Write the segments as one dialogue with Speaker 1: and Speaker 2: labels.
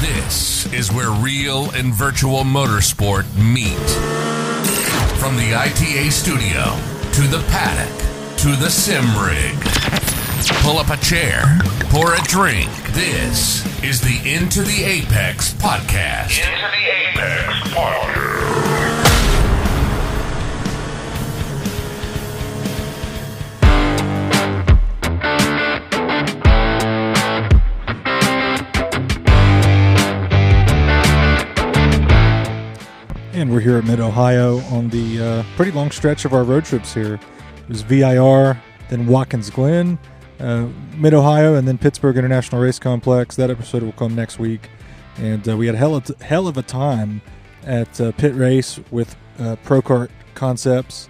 Speaker 1: This is where real and virtual motorsport meet. From the ITA studio to the paddock to the sim rig. Pull up a chair, pour a drink. This is the Into the Apex podcast.
Speaker 2: Into the Apex Podcast.
Speaker 3: And we're here at Mid Ohio on the uh, pretty long stretch of our road trips here. It was VIR, then Watkins Glen, uh, Mid Ohio, and then Pittsburgh International Race Complex. That episode will come next week. And uh, we had a hell of, hell of a time at uh, Pit Race with uh, Procart Concepts.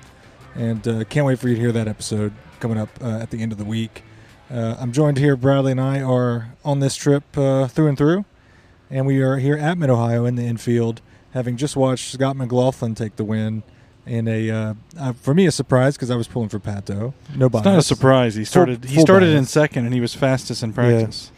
Speaker 3: And uh, can't wait for you to hear that episode coming up uh, at the end of the week. Uh, I'm joined here, Bradley and I are on this trip uh, through and through. And we are here at Mid Ohio in the infield, having just watched Scott McLaughlin take the win in a, uh, uh, for me, a surprise because I was pulling for Pato. No bias.
Speaker 4: It's not a surprise. He started. he
Speaker 3: full
Speaker 4: started in
Speaker 3: bias.
Speaker 4: second, and he was fastest in practice.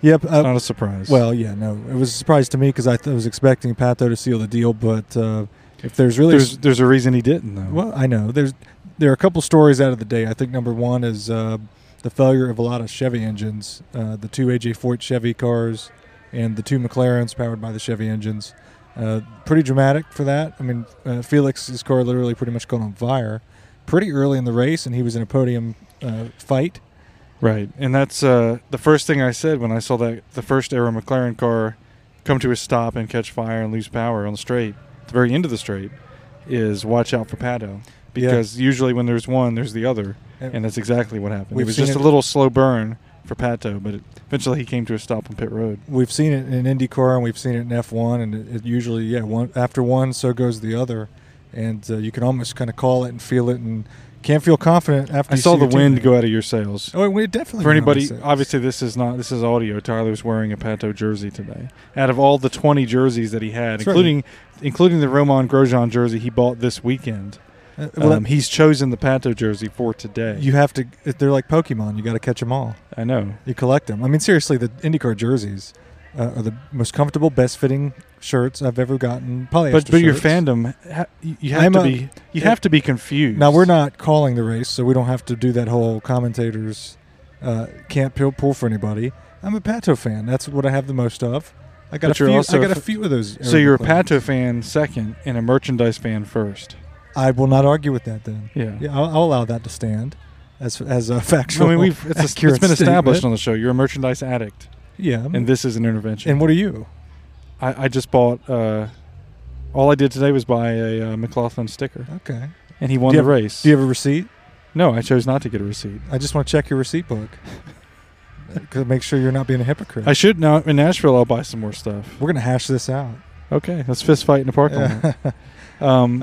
Speaker 3: Yep. uh,
Speaker 4: It's not a surprise.
Speaker 3: well, yeah, no. It was a surprise to me because I, th- was expecting Pato to seal the deal, but uh, if there's really.
Speaker 4: there's there's a reason he didn't though.
Speaker 3: well, I know. There's There are a couple stories out of the day. I think number one is uh, the failure of a lot of Chevy engines, uh, the two AJ Fort Chevy cars and the two McLarens powered by the Chevy engines. Uh, pretty dramatic for that. I mean, uh, Felix's car literally pretty much caught on fire pretty early in the race, and he was in a podium uh, fight.
Speaker 4: Right, and that's uh, the first thing I said when I saw that the first era McLaren car come to a stop and catch fire and lose power on the straight, the very end of the straight, is watch out for Pato because usually when there's one, there's the other,
Speaker 3: And-
Speaker 4: and that's exactly what happened.
Speaker 3: We've
Speaker 4: It was
Speaker 3: seen
Speaker 4: just
Speaker 3: it-
Speaker 4: a little slow burn for Pato, but it, eventually he came to a stop on pit road.
Speaker 3: we've seen it in IndyCar and we've seen it in F1, and it, it usually, yeah, one after one, so goes the other, and uh, you can almost kind of call it and feel it, and can't feel confident after.
Speaker 4: I
Speaker 3: you
Speaker 4: saw
Speaker 3: see
Speaker 4: the
Speaker 3: your
Speaker 4: wind
Speaker 3: teammate.
Speaker 4: go out of your sails.
Speaker 3: Oh, we definitely
Speaker 4: For
Speaker 3: went on
Speaker 4: anybody,
Speaker 3: the sales.
Speaker 4: obviously, this is not this is audio. Tyler's wearing a Pato jersey today. Out of all the twenty jerseys that he had,
Speaker 3: That's right.
Speaker 4: including including the Roman Grosjean jersey he bought this weekend,
Speaker 3: Uh, well,
Speaker 4: um, he's chosen the Pato jersey for today.
Speaker 3: you have to. They're like Pokemon. You got to catch them all.
Speaker 4: I know.
Speaker 3: You collect them. I mean, seriously, the IndyCar jerseys uh, are the most comfortable, best fitting shirts I've ever gotten. Polyester
Speaker 4: But but your
Speaker 3: shirts.
Speaker 4: fandom, ha- you you have
Speaker 3: I'm
Speaker 4: to
Speaker 3: a-
Speaker 4: be you have to be confused.
Speaker 3: Now we're not calling the race, so we don't have to do that whole commentators uh, can't pull, pull for anybody. I'm a Pato fan. That's what I have the most of. I got
Speaker 4: But
Speaker 3: a few.
Speaker 4: you're also
Speaker 3: I got a
Speaker 4: a f-
Speaker 3: few of those.
Speaker 4: So you're a
Speaker 3: Arabic
Speaker 4: Pato
Speaker 3: lines.
Speaker 4: fan second and a merchandise fan first.
Speaker 3: I will not argue with that. Then
Speaker 4: Yeah.
Speaker 3: yeah, I'll, I'll allow that to stand as as a factual.
Speaker 4: I mean, we've it's, a, it's
Speaker 3: accurate
Speaker 4: been established
Speaker 3: statement.
Speaker 4: on the show. You're a merchandise addict,
Speaker 3: yeah. I'm-
Speaker 4: and this is an intervention.
Speaker 3: and what are you?
Speaker 4: I, I just bought. Uh, all I did today was buy a uh, McLaughlin sticker,
Speaker 3: Okay.
Speaker 4: and he won
Speaker 3: Do you
Speaker 4: the
Speaker 3: have-
Speaker 4: race.
Speaker 3: Do you have a receipt?
Speaker 4: no, I chose not to get a receipt.
Speaker 3: I just want to check your receipt book. Uh, 'cause make sure you're not being a hypocrite.
Speaker 4: I should now in Nashville. I'll buy some more stuff.
Speaker 3: We're gonna hash this out.
Speaker 4: Okay, let's fist fight in the parking lot. Um,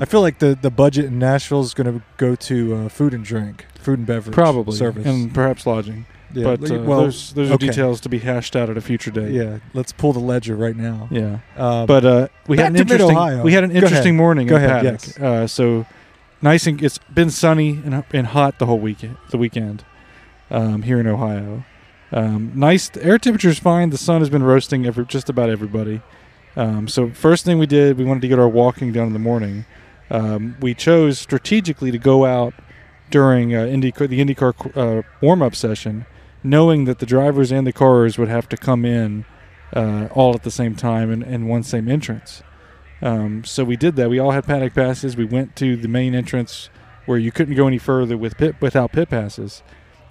Speaker 3: I feel like the, the budget in Nashville is going to go to uh, food and drink, food and beverage,
Speaker 4: probably
Speaker 3: service,
Speaker 4: and perhaps lodging.
Speaker 3: yeah.
Speaker 4: But uh,
Speaker 3: well,
Speaker 4: those those are
Speaker 3: okay.
Speaker 4: details to be hashed out at a future date.
Speaker 3: yeah. Let's pull the ledger right now.
Speaker 4: Yeah.
Speaker 3: Um,
Speaker 4: But uh, we
Speaker 3: Back
Speaker 4: had an
Speaker 3: to
Speaker 4: interesting
Speaker 3: Mid-Ohio.
Speaker 4: we had an
Speaker 3: Go ahead.
Speaker 4: interesting morning
Speaker 3: Go
Speaker 4: in the
Speaker 3: ahead,
Speaker 4: paddock.
Speaker 3: yes.
Speaker 4: Uh, so nice and it's been sunny and, uh, and hot the whole weekend. The weekend um, here in Ohio. Um, nice the air temperature's fine. The sun has been roasting every, just about everybody. Um, so first thing we did, we wanted to get our walking done in the morning. Um, we chose strategically to go out during uh, IndyCar, the IndyCar uh, warm-up session, knowing that the drivers and the cars would have to come in uh, all at the same time and, and one same entrance. Um, so we did that. We all had paddock passes. We went to the main entrance where you couldn't go any further with pit without pit passes,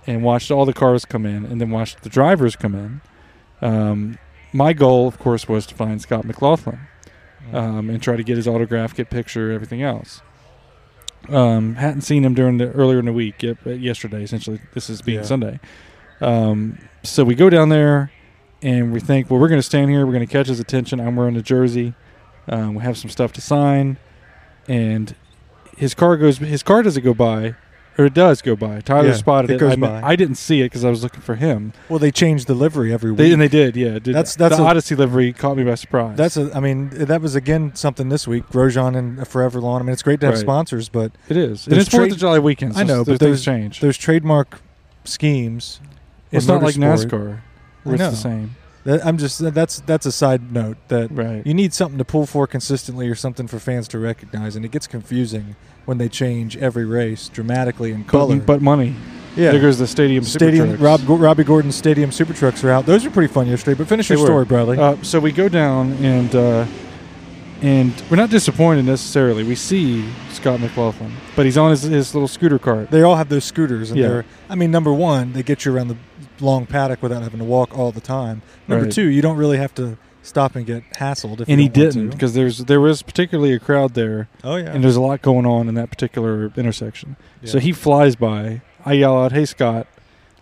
Speaker 4: and watched all the cars come in, and then watched the drivers come in. Um, my goal, of course, was to find Scott McLaughlin um, and try to get his autograph, get picture, everything else. Um, hadn't seen him during the earlier in the week, yet, but yesterday essentially. This is being
Speaker 3: Yeah.
Speaker 4: Sunday. Um, so we go down there, and we think, well, we're going to stand here. We're going to catch his attention. I'm wearing a jersey. Um, we have some stuff to sign, and his car goes. His car doesn't go by, or it does go by. Tyler
Speaker 3: Yeah,
Speaker 4: spotted
Speaker 3: it
Speaker 4: it.
Speaker 3: goes
Speaker 4: I, mi-
Speaker 3: by.
Speaker 4: I didn't see it because I was looking for him.
Speaker 3: well, they change the livery every week.
Speaker 4: They, and they did. Yeah, it did.
Speaker 3: That's- that's
Speaker 4: the
Speaker 3: a-
Speaker 4: Odyssey livery caught me by surprise.
Speaker 3: That's a. I mean, that was again something this week. Grosjean and Forever Lawn. I mean, it's great to have
Speaker 4: Right.
Speaker 3: sponsors, but
Speaker 4: It is. And
Speaker 3: There's
Speaker 4: it's Fourth
Speaker 3: trade-
Speaker 4: of July weekend. So
Speaker 3: I know,
Speaker 4: those
Speaker 3: but there's-
Speaker 4: things change.
Speaker 3: those trademark schemes. in
Speaker 4: it's not like
Speaker 3: motorsport-
Speaker 4: NASCAR,
Speaker 3: I
Speaker 4: where it's
Speaker 3: know.
Speaker 4: the same.
Speaker 3: That, I'm just that's that's a side note that
Speaker 4: Right.
Speaker 3: you need something to pull for consistently or something for fans to recognize, and it gets confusing when they change every race dramatically in color.
Speaker 4: But, but money.
Speaker 3: yeah,
Speaker 4: There goes the stadium.
Speaker 3: stadium
Speaker 4: Supertrucks.
Speaker 3: Rob, Robbie Gordon's stadium super trucks are out. Those are pretty fun yesterday. But finish your
Speaker 4: They were.
Speaker 3: story, Bradley.
Speaker 4: Uh, so we go down and uh, and we're not disappointed necessarily. We see Scott McLaughlin, but he's on his, his little scooter cart.
Speaker 3: they all have those scooters, and
Speaker 4: Yeah.
Speaker 3: they're. I mean, number one, they get you around the long paddock without having to walk all the time. Number
Speaker 4: Right.
Speaker 3: two, you don't really have to stop and get hassled. If
Speaker 4: And
Speaker 3: you
Speaker 4: he
Speaker 3: don't want to.
Speaker 4: didn't because there's there was particularly a crowd there,
Speaker 3: Oh yeah.
Speaker 4: and there's a lot going on in that particular intersection.
Speaker 3: Yeah.
Speaker 4: So he flies by. I yell out, "Hey, Scott!"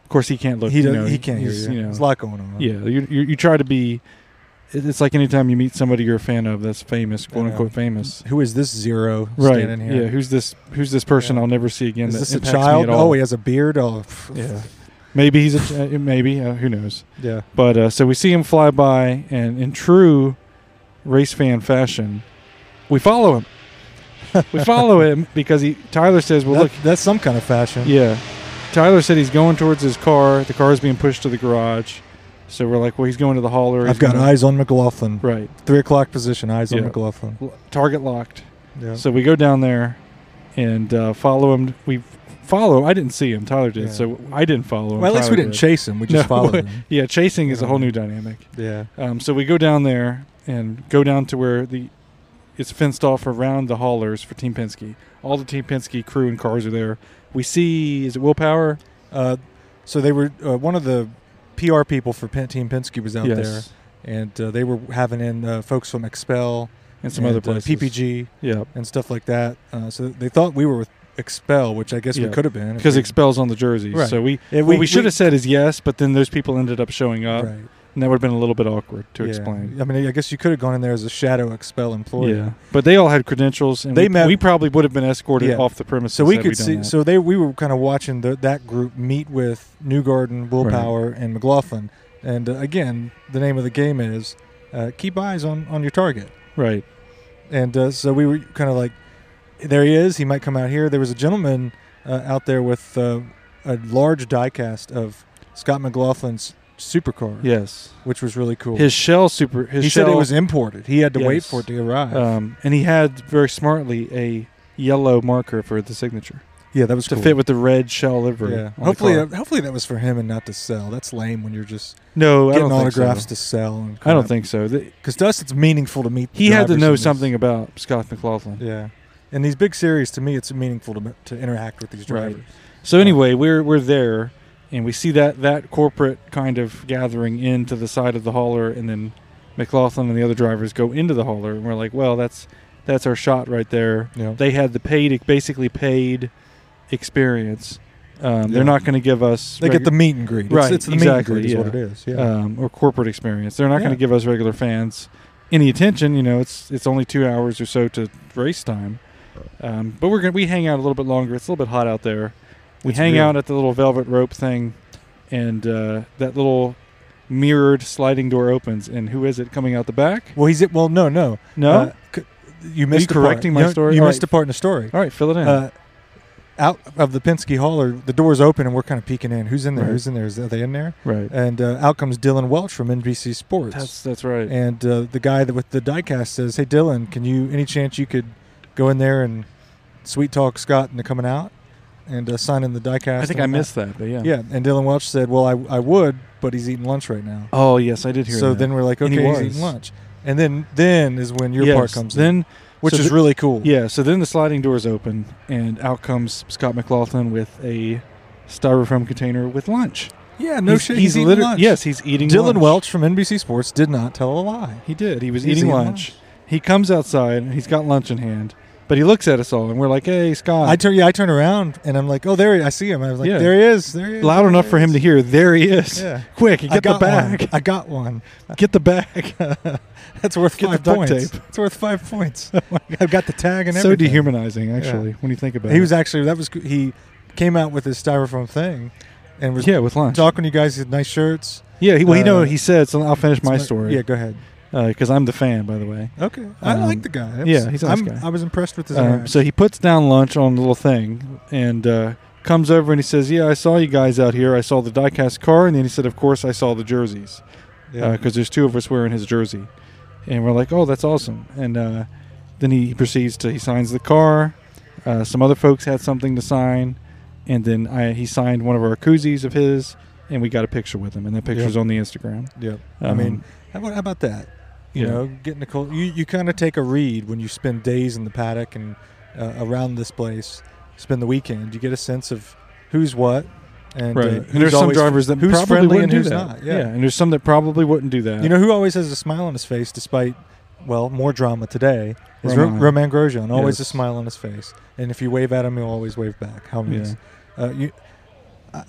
Speaker 4: Of course, he can't look.
Speaker 3: he
Speaker 4: you
Speaker 3: doesn't.
Speaker 4: know,
Speaker 3: he can't hear
Speaker 4: he's,
Speaker 3: you.
Speaker 4: know,
Speaker 3: There's a lot going on.
Speaker 4: Yeah, you, you, you try to be. it- It's like anytime you meet somebody you're a fan of that's famous, quote
Speaker 3: know.
Speaker 4: unquote famous.
Speaker 3: Who is this zero
Speaker 4: Right.
Speaker 3: standing here?
Speaker 4: Yeah. Who's this? Who's this person
Speaker 3: Yeah.
Speaker 4: I'll never see again?
Speaker 3: Is
Speaker 4: that
Speaker 3: this a
Speaker 4: impacts me
Speaker 3: child?
Speaker 4: at all?
Speaker 3: Oh, he has a beard. Oh, pff,
Speaker 4: Yeah. Maybe he's a uh, maybe uh, who knows.
Speaker 3: yeah.
Speaker 4: But uh, so we see him fly by, and in true race fan fashion, we follow him. we follow him because he Tyler says, "Well,
Speaker 3: That-
Speaker 4: look,
Speaker 3: that's some kind of fashion.
Speaker 4: yeah." Tyler said he's going towards his car. The car's being pushed to the garage, so we're like, "Well, he's going to the hauler." he's
Speaker 3: I've got
Speaker 4: gonna-
Speaker 3: eyes on McLaughlin.
Speaker 4: right
Speaker 3: Three o'clock position. Eyes on
Speaker 4: Yeah.
Speaker 3: McLaughlin.
Speaker 4: L- target locked.
Speaker 3: Yeah.
Speaker 4: So we go down there and uh, follow him. We follow. I didn't see him. Tyler did,
Speaker 3: Yeah.
Speaker 4: so I didn't follow him.
Speaker 3: well, at least
Speaker 4: Tyler
Speaker 3: we didn't
Speaker 4: did.
Speaker 3: chase him. We just
Speaker 4: No.
Speaker 3: followed him.
Speaker 4: Yeah, chasing is a
Speaker 3: Yeah.
Speaker 4: whole new dynamic.
Speaker 3: Yeah.
Speaker 4: Um, so we go down there and go down to where the it's fenced off around the haulers for Team Penske. All the Team Penske crew and cars are there. We see is it Willpower?
Speaker 3: Uh, so they were uh, one of the PR people for Pen- Team Penske was out there, and uh, they were having in uh, folks from Expel
Speaker 4: and some
Speaker 3: and,
Speaker 4: other
Speaker 3: uh,
Speaker 4: places.
Speaker 3: PPG,
Speaker 4: yeah,
Speaker 3: and stuff like that. Uh, so they thought we were with Expel, which I guess
Speaker 4: Yeah.
Speaker 3: we could have been if
Speaker 4: because
Speaker 3: we-
Speaker 4: expels on the jerseys.
Speaker 3: Right.
Speaker 4: So we
Speaker 3: Yeah,
Speaker 4: what we,
Speaker 3: we-
Speaker 4: should
Speaker 3: we-
Speaker 4: have said is yes, but then those people ended up showing up,
Speaker 3: right.
Speaker 4: and that would have been a little bit awkward to
Speaker 3: Yeah.
Speaker 4: explain.
Speaker 3: I mean, I guess you could have gone in there as a shadow Expel employee.
Speaker 4: Yeah, but they all had credentials, and
Speaker 3: They
Speaker 4: we,
Speaker 3: met-
Speaker 4: we probably would have been escorted
Speaker 3: Yeah.
Speaker 4: off the premises.
Speaker 3: So we
Speaker 4: had
Speaker 3: could
Speaker 4: done
Speaker 3: see.
Speaker 4: that.
Speaker 3: So they we were kind of watching the, that group meet with New Garden, Willpower, and McLaughlin. And uh, again, the name of the game is uh, keep eyes on on your target.
Speaker 4: right,
Speaker 3: And uh, so we were kind of like, there he is. He might come out here. There was a gentleman uh, out there with uh, a large diecast of Scott McLaughlin's supercar,
Speaker 4: yes,
Speaker 3: which was really cool.
Speaker 4: his shell super. His
Speaker 3: he
Speaker 4: shell,
Speaker 3: said it was imported. He had to wait
Speaker 4: Yes.
Speaker 3: for it to arrive.
Speaker 4: um, and he had very smartly a yellow marker for the signature
Speaker 3: yeah, that was
Speaker 4: to
Speaker 3: cool.
Speaker 4: fit with the red shell livery.
Speaker 3: yeah.
Speaker 4: on the
Speaker 3: Hopefully,
Speaker 4: car.
Speaker 3: uh, hopefully that was for him and not to sell. That's lame when you're just
Speaker 4: no, I
Speaker 3: getting
Speaker 4: don't
Speaker 3: autographs
Speaker 4: Think
Speaker 3: to sell. And
Speaker 4: so. I don't think so. The-
Speaker 3: because to us it's meaningful to meet. the
Speaker 4: he had to
Speaker 3: drivers
Speaker 4: know
Speaker 3: in this.
Speaker 4: something about Scott McLaughlin.
Speaker 3: Yeah, in these big series, to me, it's meaningful to, to interact with these
Speaker 4: Right.
Speaker 3: drivers.
Speaker 4: So anyway, we're we're there, and we see that that corporate kind of gathering into the side of the hauler, and then McLaughlin and the other drivers go into the hauler, and we're like, well, that's that's our shot right there.
Speaker 3: Yeah.
Speaker 4: They had the paid, basically paid experience. Um,
Speaker 3: Yeah.
Speaker 4: They're not going to give us.
Speaker 3: They
Speaker 4: regu-
Speaker 3: get the meet and greet. It's-
Speaker 4: Right,
Speaker 3: It's, the
Speaker 4: exactly,
Speaker 3: meet and greet
Speaker 4: yeah.
Speaker 3: is what it is. Yeah.
Speaker 4: um, or corporate experience. They're not
Speaker 3: Yeah.
Speaker 4: going to give us regular fans any attention. You know, it's it's only two hours or so to race time, um, but we're gonna we hang out a little bit longer. It's a little bit hot out there. We
Speaker 3: It's
Speaker 4: hang
Speaker 3: real.
Speaker 4: out at the little velvet rope thing, and uh, that little mirrored sliding door opens, and who is it coming out the back?
Speaker 3: Well, he's well. No, no,
Speaker 4: No.
Speaker 3: Uh, c- you missed. a
Speaker 4: correcting my
Speaker 3: part. No,
Speaker 4: story?
Speaker 3: You
Speaker 4: All
Speaker 3: missed
Speaker 4: right.
Speaker 3: a part in the story.
Speaker 4: All right, fill it in.
Speaker 3: Uh, out of the Penske hauler, the door's open, and we're kind of peeking in. Who's in there?
Speaker 4: Right.
Speaker 3: Who's in there? Is are they in there?
Speaker 4: right.
Speaker 3: And uh, out comes Dylan Welch from NBC Sports.
Speaker 4: That's that's right.
Speaker 3: and uh, the guy that with the diecast says, "Hey, Dylan, can you any chance you could go in there and sweet talk Scott into coming out and uh, signing the diecast?"
Speaker 4: I think
Speaker 3: and
Speaker 4: I
Speaker 3: whatnot?"
Speaker 4: missed that, but yeah.
Speaker 3: Yeah, and Dylan Welch said, "Well, I, I would, but he's eating lunch right now."
Speaker 4: Oh yes, I did hear.
Speaker 3: so
Speaker 4: that.
Speaker 3: then we're like,
Speaker 4: And
Speaker 3: okay,
Speaker 4: he
Speaker 3: he's
Speaker 4: was.
Speaker 3: eating lunch, and then then is when your
Speaker 4: Yes,
Speaker 3: part comes in,
Speaker 4: Then
Speaker 3: which
Speaker 4: so
Speaker 3: is
Speaker 4: the-
Speaker 3: really cool.
Speaker 4: Yeah, so then the sliding doors open, and out comes Scott McLaughlin with a styrofoam container with lunch.
Speaker 3: yeah, no
Speaker 4: he's,
Speaker 3: shit.
Speaker 4: He's,
Speaker 3: He's, eating
Speaker 4: liter-
Speaker 3: lunch.
Speaker 4: Yes, he's eating.
Speaker 3: Dylan
Speaker 4: lunch.
Speaker 3: Welch from NBC Sports did not tell a lie.
Speaker 4: He did. He was
Speaker 3: He's
Speaker 4: eating,
Speaker 3: eating
Speaker 4: lunch.
Speaker 3: lunch.
Speaker 4: He comes outside, and he's got lunch in hand. But he looks at us all, and we're like, "Hey, Scott!"
Speaker 3: I turn, yeah, I turn around and I'm like, oh, there, he, I see him. I was like,
Speaker 4: Yeah.
Speaker 3: there he is, there he is.
Speaker 4: loud
Speaker 3: there
Speaker 4: enough
Speaker 3: he
Speaker 4: for him to
Speaker 3: is.
Speaker 4: hear. There he is.
Speaker 3: Yeah.
Speaker 4: Quick, get
Speaker 3: I got
Speaker 4: the bag.
Speaker 3: One. I got one.
Speaker 4: Get the bag.
Speaker 3: That's worth
Speaker 4: Get the
Speaker 3: five
Speaker 4: duct
Speaker 3: points.
Speaker 4: tape. Oh
Speaker 3: It's worth five points. I've got the tag and
Speaker 4: so
Speaker 3: everything.
Speaker 4: dehumanizing, actually, when you think about it.
Speaker 3: He was actually that was he came out with his styrofoam thing and was
Speaker 4: yeah with lunch.
Speaker 3: talking to you guys. He had nice shirts.
Speaker 4: yeah, he, well, he
Speaker 3: uh,
Speaker 4: know he said. So I'll finish my
Speaker 3: Smart-
Speaker 4: story.
Speaker 3: Yeah, go ahead.
Speaker 4: because I'm the fan, by the way.
Speaker 3: Okay, I
Speaker 4: Um,
Speaker 3: like the guy. That
Speaker 4: yeah,
Speaker 3: was-
Speaker 4: he's a nice
Speaker 3: I'm-
Speaker 4: guy.
Speaker 3: I was impressed with his.
Speaker 4: Um,
Speaker 3: interaction.
Speaker 4: so he puts down lunch on the little thing and uh, comes over and he says, "Yeah, I saw you guys out here. I saw the diecast car." And then he said, "Of course, I saw the jerseys."
Speaker 3: Yeah.
Speaker 4: because there's two of us wearing his jersey, and we're like, "Oh, that's awesome!" And uh, then he proceeds to he signs the car. Uh, some other folks had something to sign, and then I, he signed one of our koozies of his, and we got a picture with him, and that picture's on the Instagram.
Speaker 3: Yep. I
Speaker 4: Um,
Speaker 3: mean, how about, how about that? You
Speaker 4: yeah.
Speaker 3: know, getting a cold. You, you kind of take a read when you spend days in the paddock and uh, around this place, spend the weekend. You get a sense of who's what. And, uh,
Speaker 4: Right,
Speaker 3: who's
Speaker 4: and there's some
Speaker 3: always-
Speaker 4: drivers that
Speaker 3: who's
Speaker 4: probably
Speaker 3: friendly
Speaker 4: wouldn't
Speaker 3: and who's
Speaker 4: do that.
Speaker 3: not. Yeah.
Speaker 4: and there's some that probably wouldn't do that.
Speaker 3: You know who always has a smile on his face, despite well more drama today, is Ro-
Speaker 4: Romain.
Speaker 3: Romain Grosjean. Always a
Speaker 4: Yes.
Speaker 3: smile on his face, and if you wave at him, he'll always wave back. How nice. Uh, you, uh,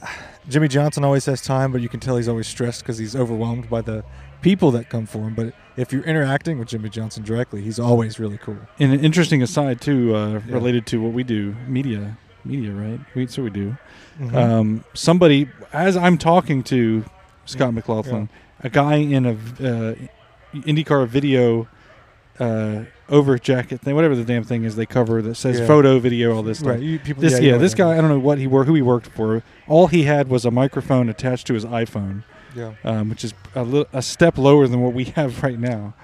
Speaker 3: Jimmy Johnson always has time, but you can tell he's always stressed because he's overwhelmed by the people that come for him. But if you're interacting with Jimmy Johnson directly, he's always really cool.
Speaker 4: And an interesting aside too, uh,
Speaker 3: Yeah.
Speaker 4: related to what we do, media, media, right? We, so we do.
Speaker 3: Mhm.
Speaker 4: Um, somebody, as I'm talking to Scott McLaughlin, a guy in a uh, IndyCar video uh, over jacket thing, whatever the damn thing is they cover that says
Speaker 3: Yeah.
Speaker 4: photo, video, all this stuff.
Speaker 3: right? You, people,
Speaker 4: This
Speaker 3: you
Speaker 4: yeah,
Speaker 3: know
Speaker 4: this
Speaker 3: what I
Speaker 4: guy I don't know what he wor- who he worked for. All he had was a microphone attached to his iPhone
Speaker 3: mean.
Speaker 4: um, which is a, li- a step lower than what we have right now.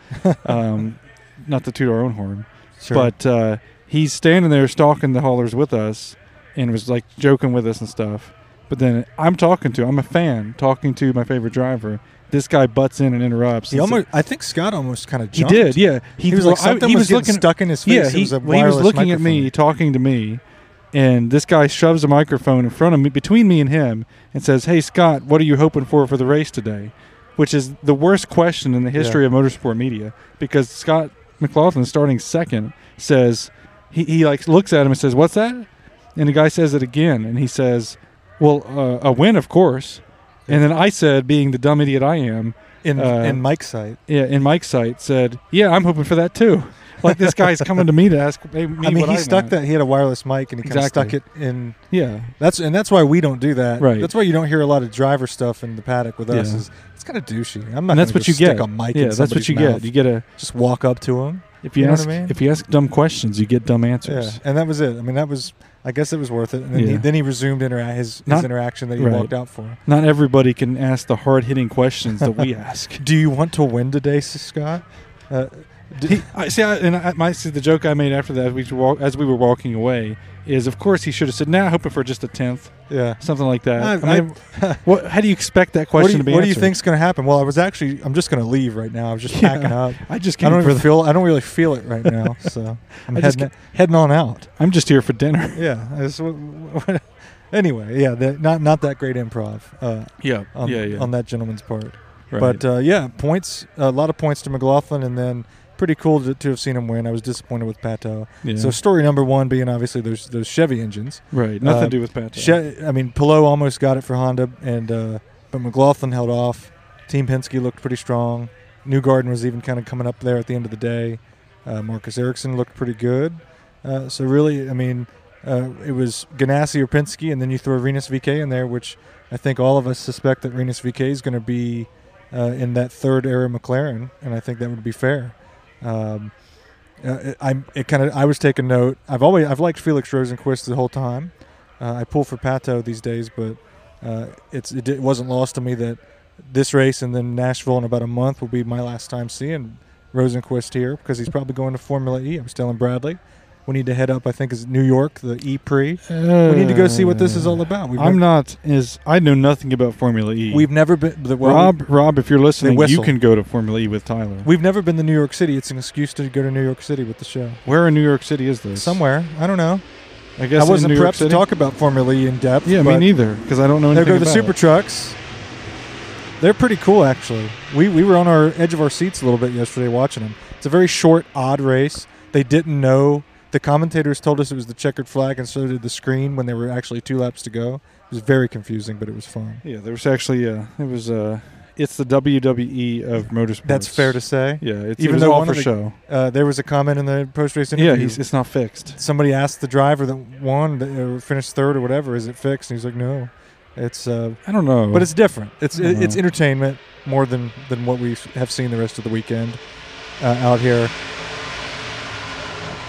Speaker 4: um, not to toot our own horn,
Speaker 3: Yeah, sure.
Speaker 4: but uh, he's standing there stalking the haulers with us and was like joking with us and stuff. But then I'm talking to, I'm a fan talking to my favorite driver. This guy butts in and interrupts.
Speaker 3: he
Speaker 4: and so-
Speaker 3: almost, I think Scott almost kind of
Speaker 4: he
Speaker 3: jumped.
Speaker 4: did, yeah.
Speaker 3: He, was like
Speaker 4: I-
Speaker 3: something was, getting stuck in his face.
Speaker 4: yeah,
Speaker 3: It
Speaker 4: he,
Speaker 3: was a
Speaker 4: well, he was
Speaker 3: wireless
Speaker 4: looking at
Speaker 3: microphone.
Speaker 4: me, talking to me, and this guy shoves a microphone in front of me, between me and him, and says, "Hey Scott, what are you hoping for for the race today?" Which is the worst question in the history of motorsport media because Scott McLaughlin, starting second, says he, he like looks at him and says, "What's that?" And the guy says it again, and he says, "Well, uh, a win, of course." And then I said, being the dumb idiot I am,
Speaker 3: in,
Speaker 4: uh,
Speaker 3: in Mike's sight.
Speaker 4: yeah, in Mike's site said, "Yeah, I'm hoping for that too." Like this guy's coming to me to ask hey, me.
Speaker 3: I mean,
Speaker 4: what
Speaker 3: he stuck
Speaker 4: want.
Speaker 3: that. He had a wireless mic, and he kind of stuck
Speaker 4: Exactly.
Speaker 3: it in.
Speaker 4: Yeah,
Speaker 3: That's and that's why we don't do that.
Speaker 4: Right.
Speaker 3: That's why you don't hear a lot of driver stuff in the paddock with us.
Speaker 4: Yeah.
Speaker 3: Is it's kind of douchey. I'm not.
Speaker 4: and
Speaker 3: gonna
Speaker 4: that's
Speaker 3: go
Speaker 4: what you
Speaker 3: stick
Speaker 4: get.
Speaker 3: A mic
Speaker 4: yeah,
Speaker 3: in
Speaker 4: that's what
Speaker 3: somebody's
Speaker 4: you
Speaker 3: mouth.
Speaker 4: get. You get a
Speaker 3: Just walk up to him.
Speaker 4: if you,
Speaker 3: You know what I
Speaker 4: ask
Speaker 3: mean?
Speaker 4: if you ask dumb questions, you get dumb
Speaker 3: Yeah.
Speaker 4: answers.
Speaker 3: And that was it. I mean, that was. I guess it was worth it. And then, he,
Speaker 4: Yeah.
Speaker 3: then he resumed intera- his, his
Speaker 4: Not-
Speaker 3: interaction that he
Speaker 4: right.
Speaker 3: walked out for.
Speaker 4: Not everybody can ask the hard hitting questions that we ask.
Speaker 3: Do you want to win today, S- Scott? Uh, d-
Speaker 4: He, I, see, I, and I, my see the joke I made after that, we walk, as we were walking away, is of course he should have said, "Nah, hoping for just a tenth,
Speaker 3: yeah.
Speaker 4: something like that."
Speaker 3: I-
Speaker 4: I mean, what, how do you expect that
Speaker 3: What do
Speaker 4: question
Speaker 3: you,
Speaker 4: to be?
Speaker 3: what do you
Speaker 4: answered?
Speaker 3: think's going to happen? Well, I was actually. I'm just going to leave right now. I was just
Speaker 4: Yeah.
Speaker 3: packing up.
Speaker 4: I just
Speaker 3: I
Speaker 4: came
Speaker 3: don't
Speaker 4: for
Speaker 3: even
Speaker 4: the,
Speaker 3: feel. I don't really feel it right now. So I'm
Speaker 4: I just
Speaker 3: heading, heading on out.
Speaker 4: I'm just here for dinner.
Speaker 3: Yeah. I just- anyway, yeah. The, not not that great improv uh,
Speaker 4: Yeah,
Speaker 3: on, on that gentleman's part.
Speaker 4: Right.
Speaker 3: But uh, yeah, points. A lot of points to McLaughlin, and then pretty cool to, to have seen him win. I was disappointed with Pato.
Speaker 4: yeah.
Speaker 3: So story number one being obviously those those Chevy engines.
Speaker 4: Right. Nothing
Speaker 3: Uh,
Speaker 4: to do with Pato.
Speaker 3: Che- I mean, Pillow almost got it for Honda, and uh, but McLaughlin held off. Team Penske looked pretty strong. Newgarden was even kind of coming up there at the end of the day. Uh, Marcus Erickson looked pretty good. Uh, so really, I mean, uh, it was Ganassi or Penske, and then you throw Renus VK in there, which I think all of us suspect that Renus VK is going to be uh, in that third era McLaren, and I think that would be fair. Um, uh, I I'm- it kind of I was taking note. I've always I've liked Felix Rosenquist the whole time. Uh, I pull for Pato these days, but uh, it's it, di- wasn't lost to me that this race and then Nashville in about a month will be my last time seeing Rosenquist here because he's probably going to Formula E. I was telling Bradley we need to head up. I think is New York the E Pre. We need to go see what this is all about. We've never,
Speaker 4: I'm not as I know nothing about Formula E.
Speaker 3: We've never been the well,
Speaker 4: Rob, Rob, if you're listening, you
Speaker 3: whistle.
Speaker 4: can go to Formula E with Tyler.
Speaker 3: We've never been to New York City. It's an excuse to go to New York City with the show.
Speaker 4: Where in New York City is this?
Speaker 3: Somewhere I don't know.
Speaker 4: I guess
Speaker 3: I wasn't
Speaker 4: in New York
Speaker 3: prepped to
Speaker 4: City?
Speaker 3: talk about Formula E in depth.
Speaker 4: Yeah, me
Speaker 3: but-
Speaker 4: neither, because I don't know
Speaker 3: There
Speaker 4: anything
Speaker 3: go the
Speaker 4: about
Speaker 3: super
Speaker 4: it.
Speaker 3: trucks. They're pretty cool, actually. We we were on our edge of our seats a little bit yesterday watching them. It's a very short, odd race. They didn't know. The commentators told us it was the checkered flag, and so did the screen when there were actually two laps to go. It was very confusing, but it was fun.
Speaker 4: Yeah, there was actually uh, it was uh, it's the WWE of motorsports.
Speaker 3: That's fair to say.
Speaker 4: Yeah, it's
Speaker 3: Even
Speaker 4: it was
Speaker 3: though
Speaker 4: all
Speaker 3: one
Speaker 4: for
Speaker 3: of the-
Speaker 4: show.
Speaker 3: Uh, there was a comment in the post-race interview.
Speaker 4: Yeah, he's, it's not fixed.
Speaker 3: somebody asked the driver that won, that, uh, finished third or whatever, is it fixed? And he's like, no, it's. Uh,
Speaker 4: I don't know,
Speaker 3: but it's different. It's
Speaker 4: I don't
Speaker 3: it's
Speaker 4: know.
Speaker 3: entertainment more than than what we have seen the rest of the weekend uh, out here.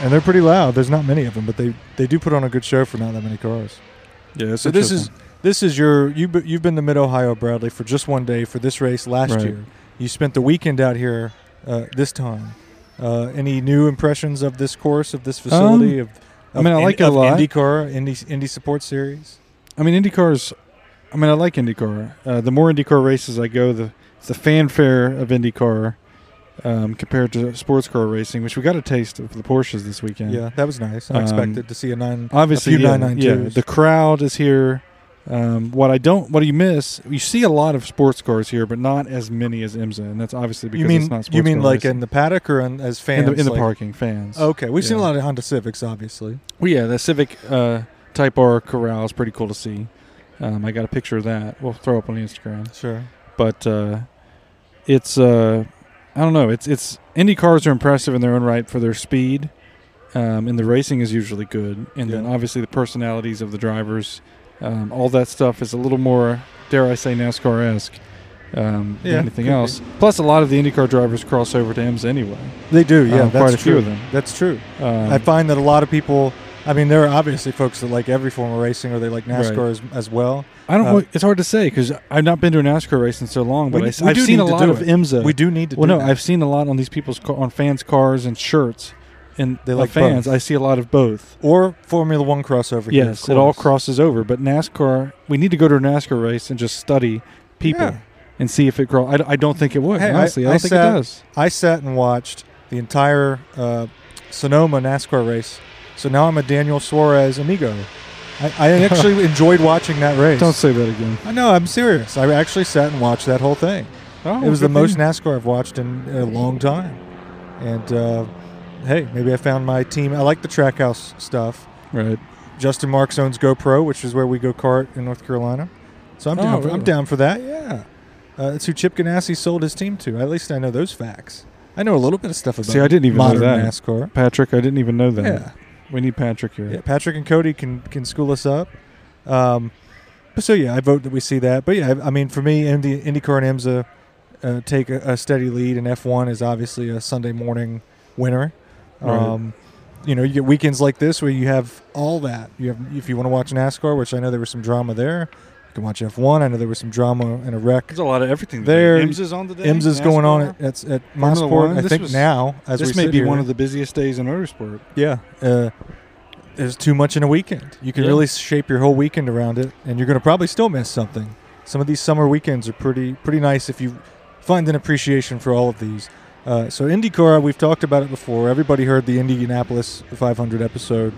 Speaker 3: And they're pretty loud. There's not many of them, but they they do put on a good show for not that many cars.
Speaker 4: yeah. it's
Speaker 3: So this is
Speaker 4: interesting.
Speaker 3: this is your you you've been to Mid Ohio Bradley for just one day for this race last
Speaker 4: Right.
Speaker 3: year. you spent the weekend out here uh, this time. Uh, any new impressions of this course, of this facility, of,
Speaker 4: I mean,
Speaker 3: of
Speaker 4: I like it a
Speaker 3: of
Speaker 4: lot.
Speaker 3: IndyCar, Indy Indy Support Series.
Speaker 4: I mean, IndyCar's. I mean, I like IndyCar. Uh, the more IndyCar races I go, the the fanfare of IndyCar um, compared to sports car racing, which we got a taste of the Porsches this
Speaker 3: Yeah,
Speaker 4: weekend.
Speaker 3: that was nice. I
Speaker 4: Um,
Speaker 3: expected to see a nine.
Speaker 4: obviously,
Speaker 3: a few
Speaker 4: yeah,
Speaker 3: 992s.
Speaker 4: yeah, the crowd is here. Um, what I don't, what do you miss? You see a lot of sports cars here, but not as many as IMSA, and that's obviously because
Speaker 3: you mean
Speaker 4: it's not sports
Speaker 3: you mean
Speaker 4: car
Speaker 3: like
Speaker 4: racing.
Speaker 3: in the paddock or in, as
Speaker 4: in
Speaker 3: fans
Speaker 4: the, in the
Speaker 3: like- Oh.
Speaker 4: parking fans.
Speaker 3: Okay, we've seen a
Speaker 4: Yeah.
Speaker 3: lot of Honda Civics, obviously.
Speaker 4: Well, yeah, the Civic uh, Type R Corral is pretty cool to see. Um, I got a picture of that. We'll throw up on Instagram.
Speaker 3: Sure.
Speaker 4: But uh, it's uh, I don't know. It's it's Indy cars are impressive in their own right for their speed, um, and the racing is usually good. And then
Speaker 3: Yeah.
Speaker 4: obviously the personalities of the drivers, um, all that stuff is a little more dare I say NASCAR esque. Um,
Speaker 3: Yeah,
Speaker 4: than
Speaker 3: could
Speaker 4: anything
Speaker 3: be.
Speaker 4: else. Plus, a lot of the IndyCar drivers cross over to IMSA anyway.
Speaker 3: They do, yeah.
Speaker 4: Um,
Speaker 3: that's
Speaker 4: quite a
Speaker 3: true.
Speaker 4: few of them.
Speaker 3: That's true.
Speaker 4: Um,
Speaker 3: I find that a lot of people. I mean, there are obviously folks that like every form of racing, or they like NASCAR
Speaker 4: Right.
Speaker 3: as, as well.
Speaker 4: I don't.
Speaker 3: Uh,
Speaker 4: it's hard to say because I've not been to a NASCAR race in so long, but
Speaker 3: We-
Speaker 4: I,
Speaker 3: we
Speaker 4: have
Speaker 3: do
Speaker 4: seen
Speaker 3: need
Speaker 4: a
Speaker 3: to
Speaker 4: lot
Speaker 3: do
Speaker 4: of
Speaker 3: it.
Speaker 4: IMSA.
Speaker 3: We do need to.
Speaker 4: Well,
Speaker 3: do
Speaker 4: no,
Speaker 3: that.
Speaker 4: I've seen a lot on these people's ca- on fans' cars and shirts, and
Speaker 3: They
Speaker 4: of
Speaker 3: like
Speaker 4: fans.
Speaker 3: both.
Speaker 4: I see a lot of both.
Speaker 3: or Formula One crossover. here,
Speaker 4: yes,
Speaker 3: of
Speaker 4: it all
Speaker 3: course.
Speaker 4: crosses over. But NASCAR, we need to go to a NASCAR race and just study people
Speaker 3: Yeah.
Speaker 4: and see if it grows. I, d- I don't think it would.
Speaker 3: Hey, I-
Speaker 4: honestly, I,
Speaker 3: I
Speaker 4: don't think
Speaker 3: sat-
Speaker 4: it does.
Speaker 3: I sat and watched the entire uh, Sonoma NASCAR race, so now I'm a Daniel Suarez amigo. I, I actually enjoyed watching that race.
Speaker 4: Don't say that again.
Speaker 3: I know, I'm serious. I actually sat and watched that whole thing.
Speaker 4: Oh,
Speaker 3: it was the
Speaker 4: good
Speaker 3: most
Speaker 4: thing.
Speaker 3: NASCAR I've watched in a long time. And uh, hey, maybe I found my team. I like the Trackhouse stuff.
Speaker 4: right.
Speaker 3: Justin Marks owns GoPro, which is where we go kart in North Carolina. So I'm
Speaker 4: Oh,
Speaker 3: down. for, I'm
Speaker 4: really?
Speaker 3: down for that. Yeah, uh, it's who Chip Ganassi sold his team to. At least I know those facts. I know a little bit of stuff about.
Speaker 4: See, I didn't even know
Speaker 3: modern
Speaker 4: that.
Speaker 3: NASCAR.
Speaker 4: Patrick, I didn't even know that.
Speaker 3: Yeah.
Speaker 4: We need Patrick here.
Speaker 3: yeah, Patrick and Cody can can school us up. Um, but so yeah, I vote that we see that. But yeah, I, I mean, for me, Indy, IndyCar and IMSA uh, take a, a steady lead, and F1 is obviously a Sunday morning winner.
Speaker 4: Right.
Speaker 3: Um, You know, you get weekends like this where you have all that. You have if you want to watch NASCAR, which I know there was some drama there. You can watch F1. I know there was some drama and a wreck.
Speaker 4: There's a lot of everything.
Speaker 3: There-
Speaker 4: IMSA's on today.
Speaker 3: IMSA's going on
Speaker 4: NASCAR.
Speaker 3: at at, at
Speaker 4: Formula One.
Speaker 3: Mosport, I
Speaker 4: This
Speaker 3: think
Speaker 4: was-
Speaker 3: now. As
Speaker 4: this
Speaker 3: we
Speaker 4: may
Speaker 3: sit
Speaker 4: be
Speaker 3: here.
Speaker 4: one of the busiest days in motorsport.
Speaker 3: Yeah. Uh, there's too much in a weekend. You can
Speaker 4: Yeah.
Speaker 3: really shape your whole weekend around it, and you're going to probably still miss something. Some of these summer weekends are pretty pretty nice if you find an appreciation for all of these. Uh, so IndyCar, we've talked about it before. Everybody heard the Indianapolis 500 episode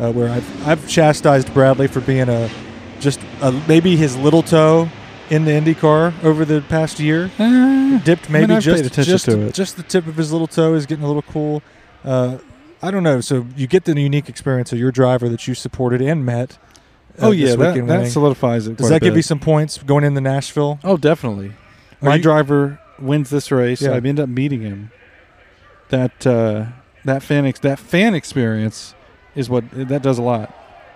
Speaker 3: uh, where I've, I've chastised Bradley for being a just a, maybe his little toe in the IndyCar over the past year
Speaker 4: Eh,
Speaker 3: dipped
Speaker 4: I mean,
Speaker 3: maybe
Speaker 4: I've paid
Speaker 3: just
Speaker 4: attention
Speaker 3: just,
Speaker 4: to it.
Speaker 3: just the tip of his little toe is getting a little cool. Uh, I don't know. So you get the unique experience of your driver that you supported and met. uh,
Speaker 4: oh yeah,
Speaker 3: this
Speaker 4: that,
Speaker 3: weekend
Speaker 4: that
Speaker 3: winning.
Speaker 4: solidifies it.
Speaker 3: does
Speaker 4: quite
Speaker 3: that
Speaker 4: a
Speaker 3: give
Speaker 4: bit.
Speaker 3: you some points going into Nashville?
Speaker 4: Oh, definitely.
Speaker 3: Are
Speaker 4: My
Speaker 3: you-
Speaker 4: driver wins this race.
Speaker 3: Yeah.
Speaker 4: I end up meeting him. That uh, that fan ex- that fan experience is what that does a lot.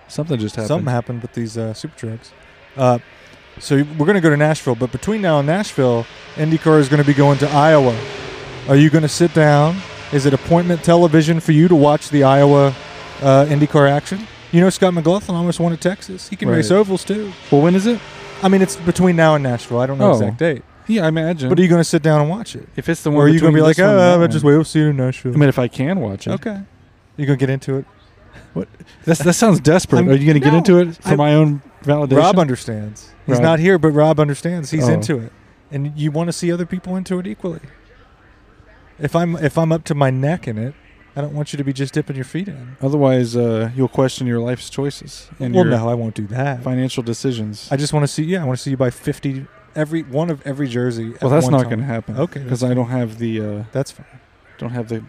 Speaker 4: Something just happened.
Speaker 3: Something happened with these uh, super trucks. Uh, so we're going to go to Nashville, but between now and Nashville, IndyCar is going to be going to Iowa. Are you going to sit down? Is it appointment television for you to watch the Iowa uh, IndyCar action? You know, Scott McLaughlin almost won at Texas. He can race
Speaker 4: Right.
Speaker 3: ovals too.
Speaker 4: Well, when is it?
Speaker 3: I mean, it's between now and Nashville. I don't know
Speaker 4: Oh.
Speaker 3: exact date.
Speaker 4: Yeah, I imagine.
Speaker 3: But are you going to sit down and watch it?
Speaker 4: if it's the one,
Speaker 3: Or are you
Speaker 4: going to
Speaker 3: be like, oh, I
Speaker 4: I
Speaker 3: just wait, we'll see you in Nashville?
Speaker 4: I mean, if I can watch it.
Speaker 3: okay. You going to get into it?
Speaker 4: That's, that sounds desperate.
Speaker 3: I'm-
Speaker 4: Are you going to get
Speaker 3: No.
Speaker 4: into it for
Speaker 3: I-
Speaker 4: my own validation?
Speaker 3: Rob understands. He's
Speaker 4: Rob.
Speaker 3: not here, but Rob understands. He's
Speaker 4: Oh.
Speaker 3: into it. And you want to see other people into it equally. If I'm if I'm up to my neck in it, I don't want you to be just dipping your feet in.
Speaker 4: Otherwise, uh, you'll question your life's choices and
Speaker 3: well,
Speaker 4: your
Speaker 3: no, I won't do that.
Speaker 4: financial decisions.
Speaker 3: I just want to see. Yeah, I want to see you buy fifty every one of every jersey.
Speaker 4: well, that's not going to happen.
Speaker 3: Okay,
Speaker 4: because I don't have the uh,
Speaker 3: That's fine.
Speaker 4: don't have the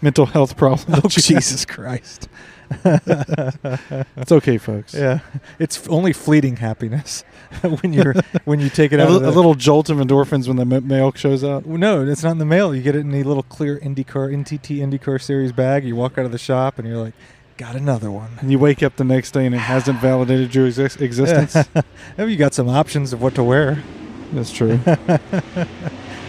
Speaker 4: mental health problem.
Speaker 3: Oh, Jesus Christ.
Speaker 4: It's okay, folks.
Speaker 3: Yeah, it's f- only fleeting happiness when you're when you take
Speaker 4: A,
Speaker 3: it out.
Speaker 4: li-
Speaker 3: of the,
Speaker 4: a little jolt of endorphins when the ma- mail shows up.
Speaker 3: No, it's not in the mail. You get it in a little clear IndyCar NTT IndyCar Series bag. You walk out of the shop and you're like, got another one.
Speaker 4: And you wake up the next day and it hasn't validated your exis- existence.
Speaker 3: Have you got some options of what to wear?
Speaker 4: That's true.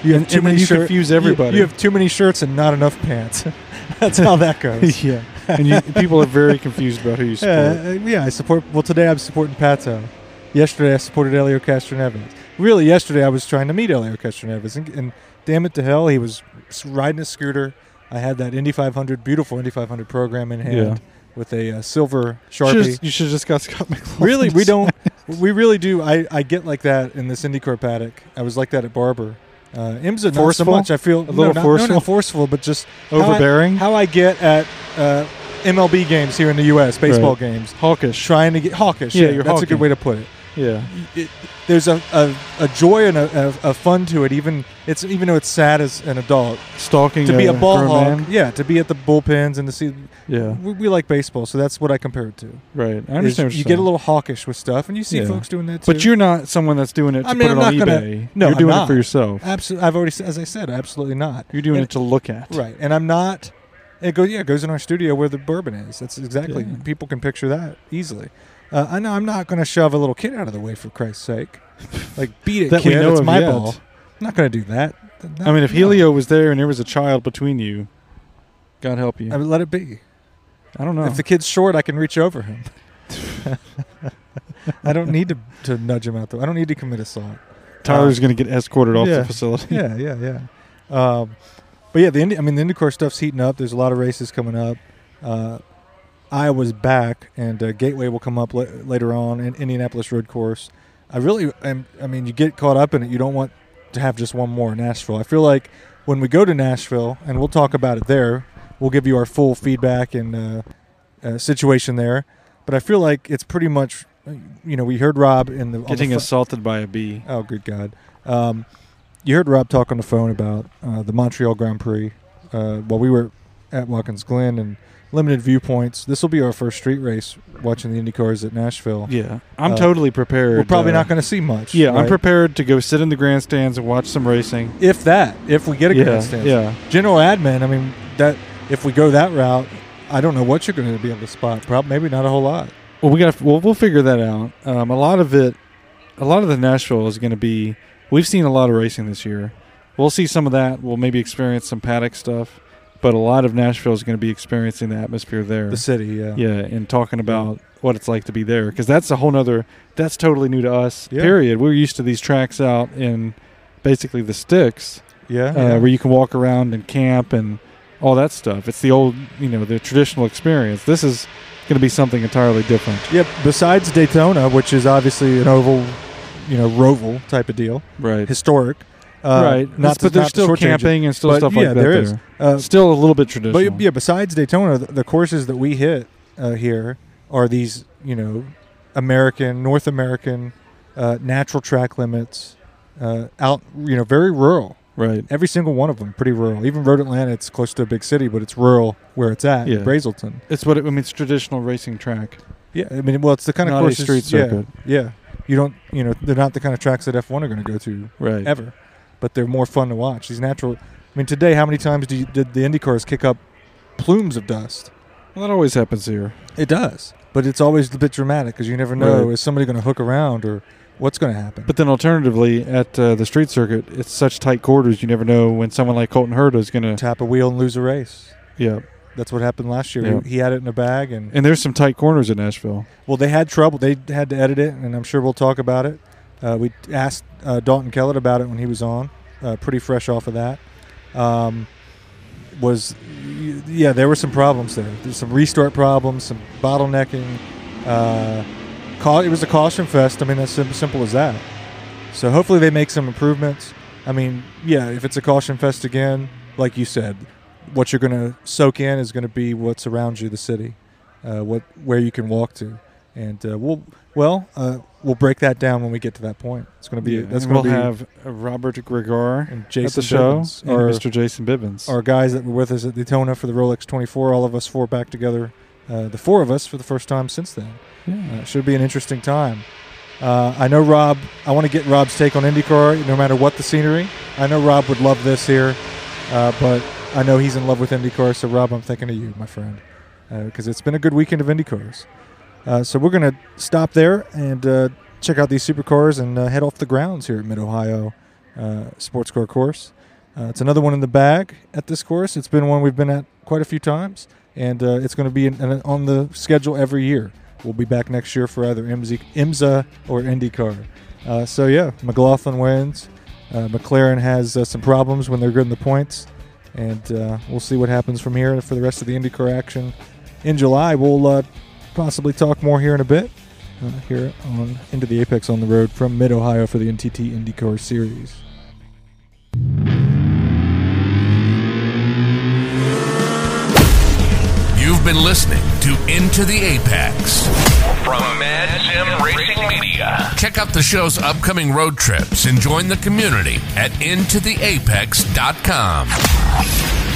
Speaker 3: You
Speaker 4: And- and then you
Speaker 3: shir-
Speaker 4: confuse
Speaker 3: you-
Speaker 4: everybody.
Speaker 3: You, have too many shirts and not enough pants. That's how that goes.
Speaker 4: yeah. And you, people are very confused about who you support.
Speaker 3: Yeah, uh, yeah, I support. Well, today I'm supporting Pato. Yesterday I supported Elio Castro Evans. really, yesterday I was trying to meet Elio Castroneves, and, and damn it to hell, he was s- riding his scooter. I had that Indy 500, beautiful Indy 500 program in hand
Speaker 4: Yeah.
Speaker 3: with a uh, silver sharpie.
Speaker 4: Should've- you should have just got Scott McLaughlin.
Speaker 3: really, we
Speaker 4: to
Speaker 3: don't. We really do. I, I get like that in this IndyCar paddock. I was like that at Barber. Uh, IMSA not so
Speaker 4: Forceful?
Speaker 3: much. I feel a
Speaker 4: little
Speaker 3: no,
Speaker 4: forceful?
Speaker 3: not forceful, but just how I-
Speaker 4: Overbearing?
Speaker 3: How I, get at uh, MLB games here in the U.S. baseball
Speaker 4: Right.
Speaker 3: games,
Speaker 4: hawkish.
Speaker 3: trying to get hawkish.
Speaker 4: Yeah, you're
Speaker 3: that's a
Speaker 4: hawking.
Speaker 3: good way to put it.
Speaker 4: Yeah,
Speaker 3: it there's a, a, a joy and a, a, a fun to it. Even it's even though it's sad as an adult
Speaker 4: stalking
Speaker 3: to be a ball
Speaker 4: grown
Speaker 3: hog.
Speaker 4: man.
Speaker 3: Yeah, to be at the bullpens and to see.
Speaker 4: Yeah,
Speaker 3: We, we like baseball, so that's what I compare it to.
Speaker 4: right. I understand.
Speaker 3: Is
Speaker 4: what
Speaker 3: you
Speaker 4: you're
Speaker 3: get a
Speaker 4: saying.
Speaker 3: little hawkish with stuff, and you see
Speaker 4: Yeah.
Speaker 3: folks doing that too.
Speaker 4: but you're not someone that's doing it to
Speaker 3: I mean,
Speaker 4: put
Speaker 3: I'm
Speaker 4: it on
Speaker 3: not gonna-
Speaker 4: eBay.
Speaker 3: No,
Speaker 4: you're
Speaker 3: I'm
Speaker 4: doing
Speaker 3: not.
Speaker 4: it for yourself.
Speaker 3: absolutely. I've already, s- as I said, absolutely not.
Speaker 4: You're doing
Speaker 3: And-
Speaker 4: it to look at.
Speaker 3: right, and I'm not. It goes yeah, it goes in our studio where the bourbon is. That's exactly
Speaker 4: Yeah.
Speaker 3: people can picture that easily. Uh, I know I'm not going to shove a little kid out of the way for Christ's sake. Like beat it,
Speaker 4: That we
Speaker 3: kid.
Speaker 4: know
Speaker 3: it's
Speaker 4: of
Speaker 3: my
Speaker 4: yet.
Speaker 3: ball. I'm not going to do that. Th-
Speaker 4: I mean, if
Speaker 3: no.
Speaker 4: Helio was there and there was a child between you, God help you.
Speaker 3: I would let it be.
Speaker 4: I don't know.
Speaker 3: If the kid's short, I can reach over him. I don't need to, to nudge him out the. I don't need to commit assault.
Speaker 4: Tyler's going to get escorted off
Speaker 3: yeah.
Speaker 4: the facility.
Speaker 3: yeah, yeah, yeah. Um, but yeah, the Indy, I mean, the IndyCar stuff's heating up. There's a lot of races coming up. Uh, Iowa's back, and uh, Gateway will come up la- later on, and Indianapolis Road Course. I really, am, I mean, you get caught up in it. You don't want to have just one more in Nashville. I feel like when we go to Nashville, and we'll talk about it there, we'll give you our full feedback and uh, uh, situation there. But I feel like it's pretty much, uh, you know, we heard Rob in the on the
Speaker 4: Getting
Speaker 3: fr-
Speaker 4: assaulted by a bee.
Speaker 3: Oh, good God. Um, you heard Rob talk on the phone about uh, the Montreal Grand Prix uh, while we were at Watkins Glen and limited viewpoints. This will be our first street race watching the IndyCars at Nashville.
Speaker 4: Yeah, I'm
Speaker 3: Uh,
Speaker 4: totally prepared.
Speaker 3: We're probably
Speaker 4: uh,
Speaker 3: not going to see much.
Speaker 4: Yeah, I'm
Speaker 3: right?
Speaker 4: prepared to go sit in the grandstands and watch some racing.
Speaker 3: If that, if we get a
Speaker 4: yeah,
Speaker 3: grandstand.
Speaker 4: yeah.
Speaker 3: General admin, I mean, that if we go that route, I don't know what you're going to be able to spot. Probably maybe not a whole lot.
Speaker 4: Well, we got. We'll, we'll figure that out. Um, a lot of it, a lot of the Nashville is going to be. We've seen a lot of racing this year. We'll see some of that. We'll maybe experience some paddock stuff, but a lot of Nashville is going to be experiencing the atmosphere there.
Speaker 3: The city, yeah.
Speaker 4: yeah, and talking about what it's like to be there because that's a whole nother. That's totally new to us.
Speaker 3: Yeah.
Speaker 4: Period. We're used to these tracks out in basically the sticks.
Speaker 3: Oh, Yeah.
Speaker 4: uh, where you can walk around and camp and all that stuff. It's the old, you know, the traditional experience. This is going to be something entirely different,
Speaker 3: yeah. Besides Daytona, which is obviously an oval, you know, roval type of deal.
Speaker 4: right?
Speaker 3: historic. Uh,
Speaker 4: right.
Speaker 3: Not,
Speaker 4: Not, but
Speaker 3: to- not
Speaker 4: there's
Speaker 3: to
Speaker 4: still
Speaker 3: shortchange it.
Speaker 4: camping and still
Speaker 3: But
Speaker 4: stuff
Speaker 3: yeah,
Speaker 4: like that.
Speaker 3: there is. Uh,
Speaker 4: It's Still a little bit traditional.
Speaker 3: but yeah, besides Daytona, the, the courses that we hit uh, here are these, you know, American, North American, uh, natural track limits, uh, out, you know, very rural.
Speaker 4: right.
Speaker 3: Every single one of them, pretty rural. Even Road Atlanta, it's close to a big city, but it's rural where it's at,
Speaker 4: Yeah.
Speaker 3: in Brazelton.
Speaker 4: It's what it, I mean. It's traditional racing track.
Speaker 3: Yeah, I mean, well, it's the kind
Speaker 4: Not
Speaker 3: of
Speaker 4: a
Speaker 3: courses.
Speaker 4: street
Speaker 3: yeah,
Speaker 4: circuit.
Speaker 3: yeah, you don't, you know, they're not the kind of tracks that F1 are going to go to.
Speaker 4: Right.
Speaker 3: ever, but they're more fun to watch. These natural. I mean, today, how many times do you, did the Indy cars kick up plumes of dust?
Speaker 4: Well, that always happens here.
Speaker 3: It does, but it's always a bit dramatic because you never know
Speaker 4: Right.
Speaker 3: is somebody going to hook around or what's going to happen.
Speaker 4: But then, alternatively, at uh, the street circuit, it's such tight quarters. You never know when someone like Colton Herta is going to.
Speaker 3: tap a wheel and lose a race.
Speaker 4: Yeah.
Speaker 3: That's what happened last year.
Speaker 4: Yeah.
Speaker 3: He, he had it in a bag, and
Speaker 4: And there's some tight corners in Nashville.
Speaker 3: well, they had trouble. They had to edit it, and I'm sure we'll talk about it. Uh, we asked uh, Dalton Kellett about it when he was on, uh, pretty fresh off of that. Um, was y- yeah, there were some problems there. There's some restart problems, some bottlenecking. Uh, cau- it was a caution fest. I mean, that's sim- simple as that. So hopefully they make some improvements. I mean, yeah, if it's a caution fest again, like you said, what you're going to soak in is going to be what's around you, the city, uh, what where you can walk to, and uh, we'll well uh, we'll break that down when we get to that point. It's going to be that's
Speaker 4: and we'll
Speaker 3: going to be
Speaker 4: have uh, Robert Gregar
Speaker 3: and Jason
Speaker 4: at the show,
Speaker 3: Bivens,
Speaker 4: and
Speaker 3: our-
Speaker 4: Mr. Jason Bibbins.
Speaker 3: our guys that were with us at Daytona for the Rolex 24, all of us four back together, uh, the four of us for the first time since then.
Speaker 4: yeah.
Speaker 3: Uh, should be an interesting time. Uh, I know Rob. I want to get Rob's take on IndyCar, no matter what the scenery. I know Rob would love this here, uh, but I know he's in love with IndyCar. So Rob, I'm thinking of you, my friend, because it's been a good weekend of IndyCars. Uh, so we're gonna stop there and uh, check out these supercars and uh, head off the grounds here at Mid Ohio uh, Sports Car Course. Uh, it's another one in the bag at this course. It's been one we've been at quite a few times, and uh, it's going to be in, in- on the schedule every year. We'll be back next year for either MZ, IMSA or IndyCar. Uh, so yeah, McLaughlin wins. Uh, McLaren has uh, some problems when they're good in the points, and uh, we'll see what happens from here for the rest of the IndyCar action in July. We'll uh, possibly talk more here in a bit. Uh, here on Into the Apex on the Road from Mid Ohio for the NTT IndyCar Series.
Speaker 1: You've been listening to Into the Apex.
Speaker 2: From Mad Sim Racing Media.
Speaker 1: Check out the show's upcoming road trips and join the community at intotheapex.com.